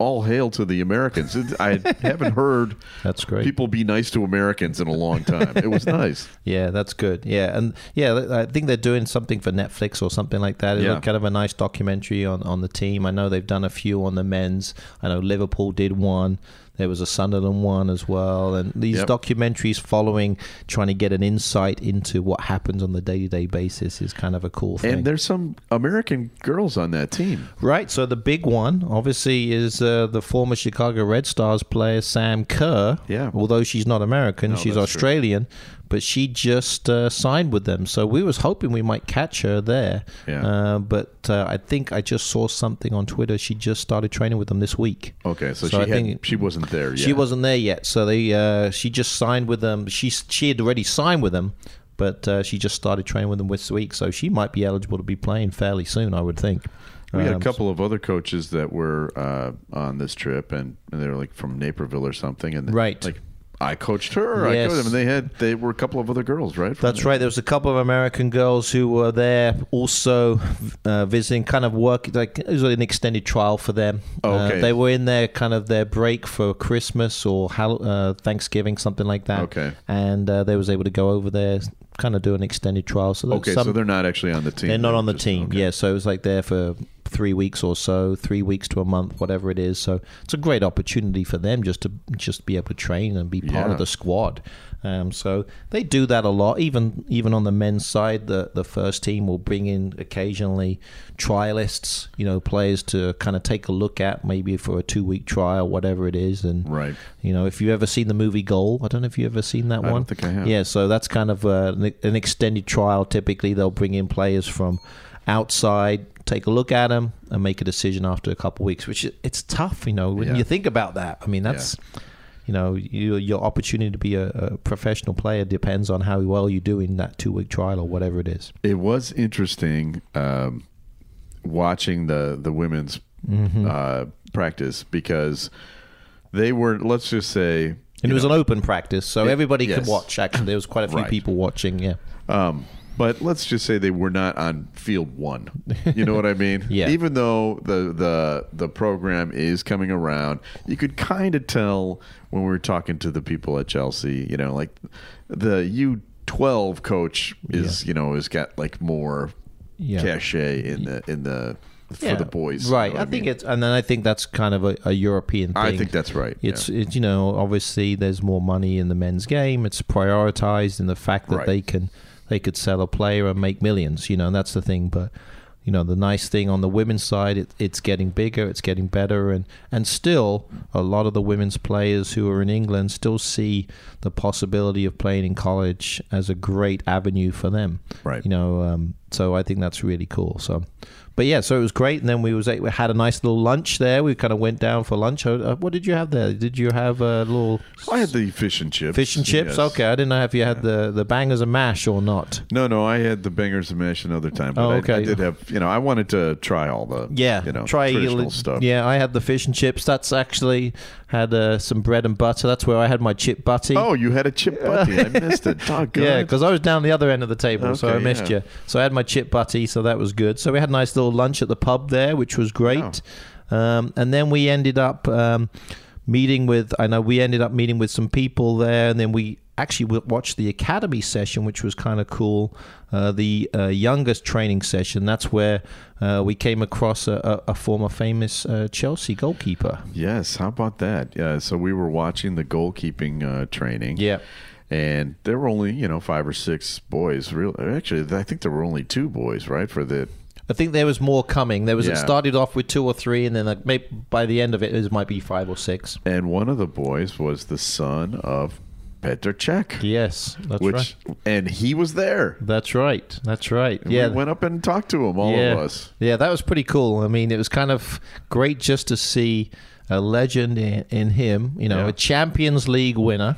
Speaker 4: all hail to the Americans. It- I
Speaker 7: [laughs]
Speaker 4: haven't heard
Speaker 7: That's great.
Speaker 4: people be nice to Americans in a long time. It
Speaker 7: [laughs]
Speaker 4: was nice.
Speaker 7: Yeah, that's good. Yeah, and yeah, I think they're doing something for Netflix or something like that. It's
Speaker 4: Yeah.
Speaker 7: kind of a nice documentary on, on the team. I know they've done a few on the men's. I know Liverpool did one. There was a Sunderland one as well, and these
Speaker 4: Yep.
Speaker 7: documentaries following, trying to get an insight into what happens on the day to day basis is kind of a cool thing.
Speaker 4: And there's some American girls on that team.
Speaker 7: Right. So the big one, obviously, is uh, the former Chicago Red Stars player Sam Kerr. Yeah. Although she's not American,
Speaker 14: No,
Speaker 7: she's
Speaker 14: that's true.
Speaker 7: Australian, but she just uh, signed with them. So we was hoping we might catch her there.
Speaker 4: Yeah.
Speaker 7: Uh, but uh, I think I just saw something on Twitter. She just started training with them this week.
Speaker 4: Okay, so,
Speaker 7: I
Speaker 4: she had, she wasn't there yet.
Speaker 7: she wasn't there yet, so they uh, she just signed with them. She she had already signed with them, but uh, she just started training with them this week, so she might be eligible to be playing fairly soon, I would think.
Speaker 4: We had a
Speaker 7: Um,
Speaker 4: couple of other coaches that were uh, on this trip, and, and they were like from Naperville or something. And
Speaker 7: Right.
Speaker 4: like I coached her. I
Speaker 7: Yes.
Speaker 4: coached them. And they had they were a couple of other girls, right? from
Speaker 7: That's
Speaker 4: there.
Speaker 7: right. There was a couple of American girls who were there, also uh, visiting, kind of work. Like it was an extended trial for them. Uh,
Speaker 4: Okay.
Speaker 7: they were in their kind of their break for Christmas or Hall- uh, Thanksgiving, something like that.
Speaker 4: Okay.
Speaker 7: And uh, they was able to go over there, kind of do an extended trial. So there's
Speaker 4: Okay,
Speaker 7: some,
Speaker 4: so they're not actually on the team.
Speaker 7: They're not on the team. Yeah, so it was like there for three weeks or so, three weeks to a month, whatever it is. So it's a great opportunity for them just to just be able to train and be part
Speaker 14: Yeah.
Speaker 7: of the squad. Um, so they do that a lot. Even even on the men's side, the the first team will bring in occasionally trialists, you know, players to kind of take a look at maybe for a two week trial, whatever it is. And
Speaker 4: right,
Speaker 7: you know, if you ever seen the movie Goal, I don't know if you ever seen that
Speaker 4: I don't
Speaker 7: one.
Speaker 4: think I have.
Speaker 7: Yeah, so that's kind of uh, an- an extended trial. Typically, they'll bring in players from outside, take a look at them, and make a decision after a couple of weeks. Which i- it's tough, you know, when
Speaker 14: Yeah.
Speaker 7: you think about that. I mean, that's you know, your your opportunity to be a, a professional player depends on how well you do in that two week trial or whatever it is.
Speaker 4: It was interesting um, watching the the women's
Speaker 7: Mhm.
Speaker 4: uh, practice because they were, let's just say,
Speaker 7: And
Speaker 4: you
Speaker 7: it was
Speaker 4: know-
Speaker 7: an open practice, so
Speaker 4: Yeah,
Speaker 7: everybody
Speaker 4: yes.
Speaker 7: could watch. Actually, there was quite a few
Speaker 4: Right.
Speaker 7: people watching. Yeah.
Speaker 4: Um, but let's just say they were not on field one. You know what I mean?
Speaker 7: [laughs] Yeah.
Speaker 4: Even though the the the program is coming around, you could kind of tell when we were talking to the people at Chelsea. You know, like the U twelve coach is you know has got like more
Speaker 7: Yeah.
Speaker 4: cachet in the in the for
Speaker 7: Yeah.
Speaker 4: the boys, you
Speaker 7: right?
Speaker 4: know
Speaker 7: I,
Speaker 4: what
Speaker 7: think
Speaker 4: mean?
Speaker 7: it's, and then I think that's kind of a, a European. thing.
Speaker 4: I think that's right,
Speaker 7: It's, it's you know, obviously there's more money in the men's game. It's prioritized in the fact that
Speaker 4: Right.
Speaker 7: they can they could sell a player and make millions. You know, that's the thing. But you know, the nice thing on the women's side, it, it's getting bigger, it's getting better, and and still a lot of the women's players who are in England still see the possibility of playing in college as a great avenue for them.
Speaker 4: Right.
Speaker 7: You know, um, so I think that's really cool. So, but yeah, so it was great, and then we was a- we had a nice little lunch there. We kind of went down for lunch. Uh, what did you have there? Did you have a little
Speaker 4: I had the fish and chips.
Speaker 7: fish and chips?
Speaker 4: Yes.
Speaker 7: Okay, I didn't know if you had the the bangers and mash or not.
Speaker 4: No, no, I had the bangers and mash another time. But
Speaker 7: Oh,
Speaker 4: I- I,
Speaker 7: okay.
Speaker 4: did have, you know, I wanted to try all the,
Speaker 7: Yeah,
Speaker 4: you know,
Speaker 7: try
Speaker 4: traditional stuff.
Speaker 7: Yeah, I had the fish and chips. That's actually had uh, some bread and butter. That's where I had my chip butty.
Speaker 4: Oh, you had a chip butty. I
Speaker 7: [laughs]
Speaker 4: missed it. Doggone
Speaker 7: Yeah,
Speaker 4: it.
Speaker 7: because I was down the other end of the table, so I
Speaker 4: Okay,
Speaker 7: missed
Speaker 4: yeah.
Speaker 7: you. So I had my chip butty, so that was good. So we had a nice little lunch at the pub there, which was great.
Speaker 4: Oh.
Speaker 7: Um, and then we ended up um, meeting with, I know we ended up meeting with some people there, and then we actually w- watched the academy session, which was kind of cool. Uh, the uh, youngest training session. That's where uh, we came across a, a, a former famous uh, Chelsea goalkeeper.
Speaker 4: Yes, how about that? Yeah, so we were watching the goalkeeping uh, training.
Speaker 7: Yeah.
Speaker 4: And there were only, you know, five or six boys. Real, actually, I think there were only two boys, right? For the
Speaker 7: I think there was more coming. There was it
Speaker 4: Yeah.
Speaker 7: started off with two or three, and then like, maybe by the end of it, it might be five or six.
Speaker 4: and one of the boys was the son of Petr Cech.
Speaker 7: Yes, that's right.
Speaker 4: And he was there.
Speaker 7: That's right. That's right.
Speaker 4: And
Speaker 7: yeah.
Speaker 4: we went up and talked to him. All
Speaker 7: yeah.
Speaker 4: of us.
Speaker 7: Yeah, that was pretty cool. I mean, it was kind of great just to see a legend in, in him, you know,
Speaker 4: Yeah.
Speaker 7: a Champions League winner,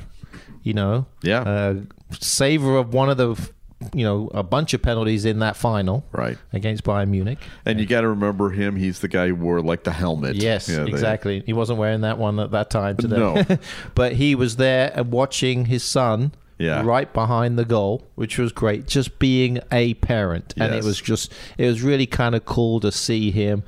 Speaker 7: you know.
Speaker 4: Yeah.
Speaker 7: Uh, saver of one of the, f- you know, a bunch of penalties in that final.
Speaker 4: Right.
Speaker 7: Against Bayern Munich.
Speaker 4: And you got to remember him. He's the guy who wore like the helmet.
Speaker 7: Yes,
Speaker 4: Yeah, they-
Speaker 7: exactly. He wasn't wearing that one at that time today.
Speaker 4: No.
Speaker 7: [laughs] but he was there and watching his son
Speaker 4: Yeah.
Speaker 7: right behind the goal, which was great. Just being a parent. And it
Speaker 4: Yes.
Speaker 7: was just it was really kind of cool to see him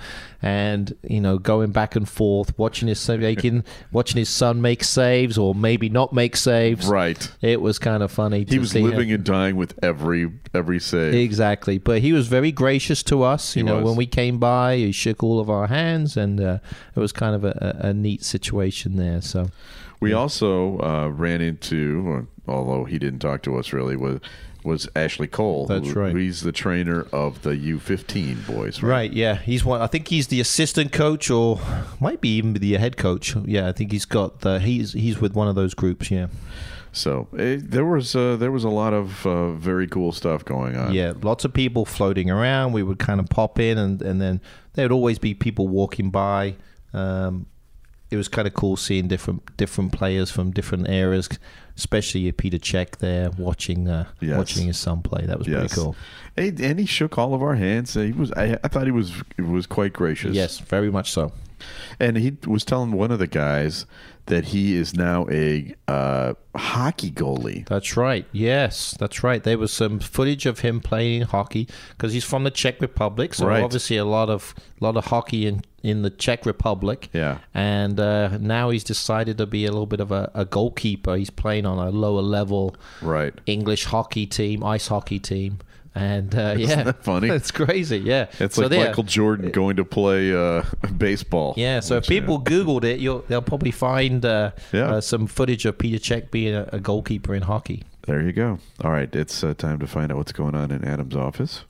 Speaker 7: and, you know, going back and forth, watching his [laughs] son making watching his son make saves or maybe not make saves.
Speaker 4: Right.
Speaker 7: It was kind of funny
Speaker 4: He
Speaker 7: to
Speaker 4: was
Speaker 7: see him.
Speaker 4: living and dying with every every save.
Speaker 7: Exactly, but he was very gracious to us. You
Speaker 4: He
Speaker 7: know,
Speaker 4: was.
Speaker 7: when we came by, he shook all of our hands, and uh, it was kind of a, a, a neat situation there. So,
Speaker 4: We also uh, ran into, or- although he didn't talk to us really, was was Ashley Cole.
Speaker 7: That's
Speaker 4: who-
Speaker 7: right.
Speaker 4: He's the trainer of the U15 boys. Right.
Speaker 7: right, yeah, he's one. I think he's the assistant coach, or might be even the head coach. Yeah, I think he's got the he's he's with one of those groups. Yeah,
Speaker 4: So eh, there was uh, there was a lot of uh, very cool stuff going on.
Speaker 7: yeah, lots of people floating around. We would kind of pop in, and and then there would always be people walking by. Um, it was kind of cool seeing different different players from different eras, especially Peter Check there watching uh,
Speaker 4: Yes.
Speaker 7: watching his son play. That was pretty
Speaker 4: Yes.
Speaker 7: cool.
Speaker 4: And, and he shook all of our hands. He was I, I thought he was he was quite gracious.
Speaker 7: Yes, very much so.
Speaker 4: And he was telling one of the guys that he is now a uh, hockey goalie.
Speaker 7: That's right. Yes, that's right. There was some footage of him playing hockey because he's from the Czech Republic, so
Speaker 4: Right.
Speaker 7: obviously a lot of lot of hockey in in the Czech Republic.
Speaker 4: Yeah.
Speaker 7: and uh, now he's decided to be a little bit of a, a goalkeeper. He's playing on a lower level
Speaker 4: Right.
Speaker 7: English hockey team, ice hockey team, and uh, yeah,
Speaker 4: Isn't that funny?
Speaker 7: [laughs] It's crazy. Yeah,
Speaker 4: It's
Speaker 7: So
Speaker 4: like
Speaker 7: there-
Speaker 4: Michael Jordan going to play uh, [laughs] baseball.
Speaker 7: Yeah, so if
Speaker 4: Which, uh,
Speaker 7: people Googled it, you'll, they'll probably find uh,
Speaker 4: Yeah.
Speaker 7: uh, some footage of Peter Cech being a, a goalkeeper in hockey.
Speaker 4: There you go. All right, it's uh, time to find out what's going on in Adam's office.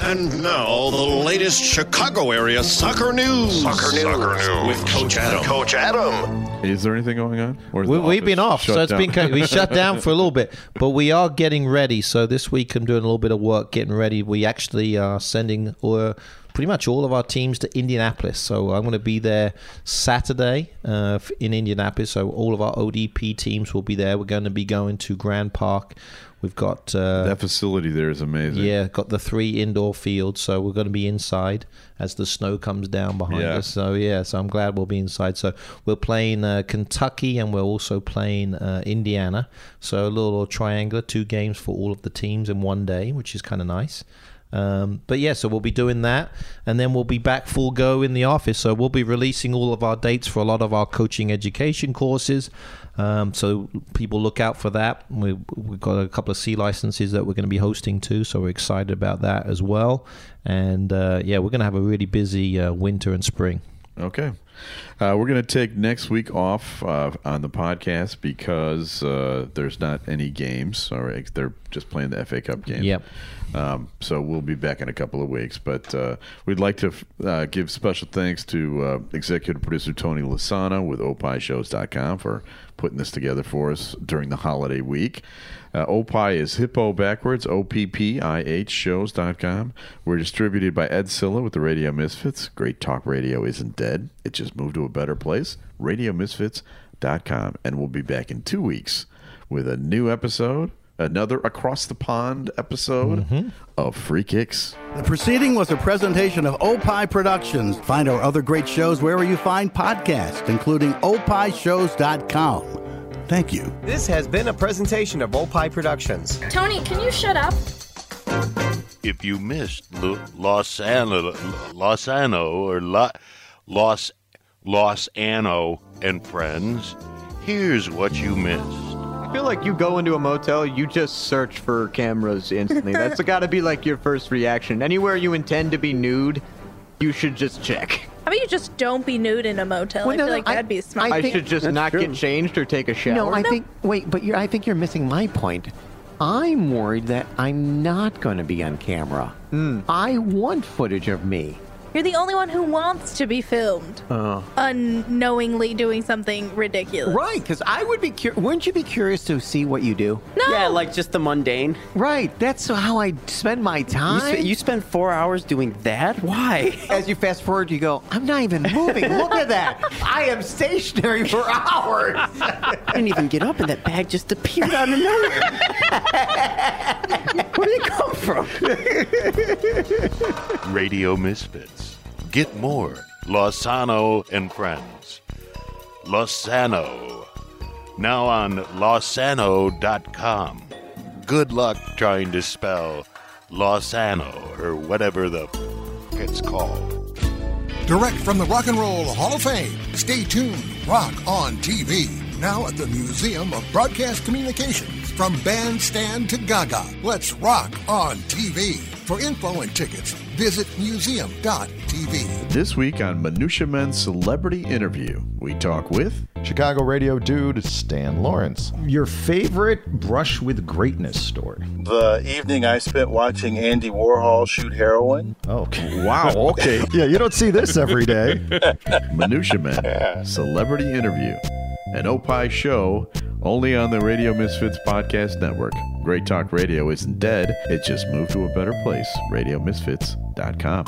Speaker 6: And now, the latest Chicago area soccer news. Soccer news. With Coach Adam. Coach Adam.
Speaker 4: Is there anything going on? Or is
Speaker 7: We,
Speaker 4: the
Speaker 7: we've been
Speaker 4: office
Speaker 7: off,
Speaker 4: shut
Speaker 7: so it's
Speaker 4: down?
Speaker 7: been kind of- we shut down for a little bit, but we are getting ready. So this week I'm doing a little bit of work getting ready. We actually are sending or pretty much all of our teams to Indianapolis. So I'm going to be there Saturday uh, f- in Indianapolis. So all of our ODP teams will be there. We're going to be going to Grand Park. We've got uh,
Speaker 4: [laughs] That facility there is amazing.
Speaker 7: yeah, got the three indoor fields, so we're going to be inside as the snow comes down behind
Speaker 4: Yeah.
Speaker 7: us. So yeah, so I'm glad we'll be inside. So we're playing uh, Kentucky and we're also playing uh, Indiana. So a little triangular, two games for all of the teams in one day, which is kind of nice. Um, but yeah, so we'll be doing that, and then we'll be back full go in the office. So we'll be releasing all of our dates for a lot of our coaching education courses. Um, so people look out for that. We, we've got a couple of C licenses that we're going to be hosting too, so we're excited about that as well. And uh, yeah, we're going to have a really busy uh, winter and spring.
Speaker 4: Okay. Uh, we're going to take next week off uh, on the podcast because uh, there's not any games. All right. They're just playing the FA Cup game.
Speaker 7: Yep.
Speaker 4: Um, so we'll be back in a couple of weeks. But uh, we'd like to uh, give special thanks to uh, executive producer Tony Lasana with opishows.com for putting this together for us during the holiday week. Uh, OPI is hippo backwards, O P P I H shows.com. We're distributed by Ed Silla with the Radio Misfits. Great talk radio isn't dead, it just moved to a better place. RadioMisfits.com. And we'll be back in two weeks with a new episode, another Across the Pond episode of Free Kicks.
Speaker 10: The proceeding was a presentation of Opie Productions. Find our other great shows wherever you find podcasts, including opishows.com. Thank you.
Speaker 14: This has been a presentation of Opie Productions.
Speaker 15: Tony, can you shut up?
Speaker 16: if you missed Lo- Los Ano, Los Ano or Lo- Los Los Ano and Friends, here's what you missed.
Speaker 14: I feel like you go into a motel, you just search for cameras instantly. That's got to be like your first reaction. Anywhere you intend to be nude, you should just check.
Speaker 15: How about you just don't be nude in a motel?
Speaker 14: Well,
Speaker 15: I
Speaker 14: no,
Speaker 15: feel
Speaker 14: no,
Speaker 15: like
Speaker 14: I-
Speaker 15: that'd be smart.
Speaker 14: I, should just not get changed or take a shower.
Speaker 17: No, I think. Wait, but you're, I think you're missing my point. I'm worried that I'm not going to be on camera. I want footage of me.
Speaker 15: You're the only one who wants to be filmed
Speaker 17: Oh.
Speaker 15: unknowingly doing something ridiculous.
Speaker 17: Right, because I would be curious. Wouldn't you be curious to see what you do?
Speaker 18: No. Yeah, like just the mundane.
Speaker 17: Right, that's how I spend my
Speaker 18: You,
Speaker 17: time.
Speaker 18: sp- you spend four hours doing that? Why?
Speaker 17: As you fast forward, you go, I'm not even moving. Look at that. I am stationary for hours.
Speaker 18: I didn't even get up, and that bag just appeared out of [laughs] nowhere. Where did it come from?
Speaker 16: Radio Misfits. Get more Losano and Friends. Losano. Now on losano.com. Good luck trying to spell Losano or whatever the f- it's called.
Speaker 19: Direct from the Rock and Roll Hall of Fame. Stay tuned. Rock on TV. Now at the Museum of Broadcast Communications. From bandstand to gaga, let's rock on TV. For info and tickets, visit museum.tv.
Speaker 4: This week on Minutia Men's Celebrity Interview, we talk with
Speaker 20: Chicago radio dude Stan Lawrence.
Speaker 21: Your favorite brush with greatness story.
Speaker 22: The evening I spent watching Andy Warhol shoot heroin.
Speaker 20: Oh,
Speaker 4: Wow,
Speaker 20: okay. [laughs] yeah, you don't see this every day.
Speaker 4: Minutia Men Celebrity Interview, an Opie show only on the Radio Misfits Podcast Network. Great Talk Radio isn't dead, it just moved to a better place. RadioMisfits.com.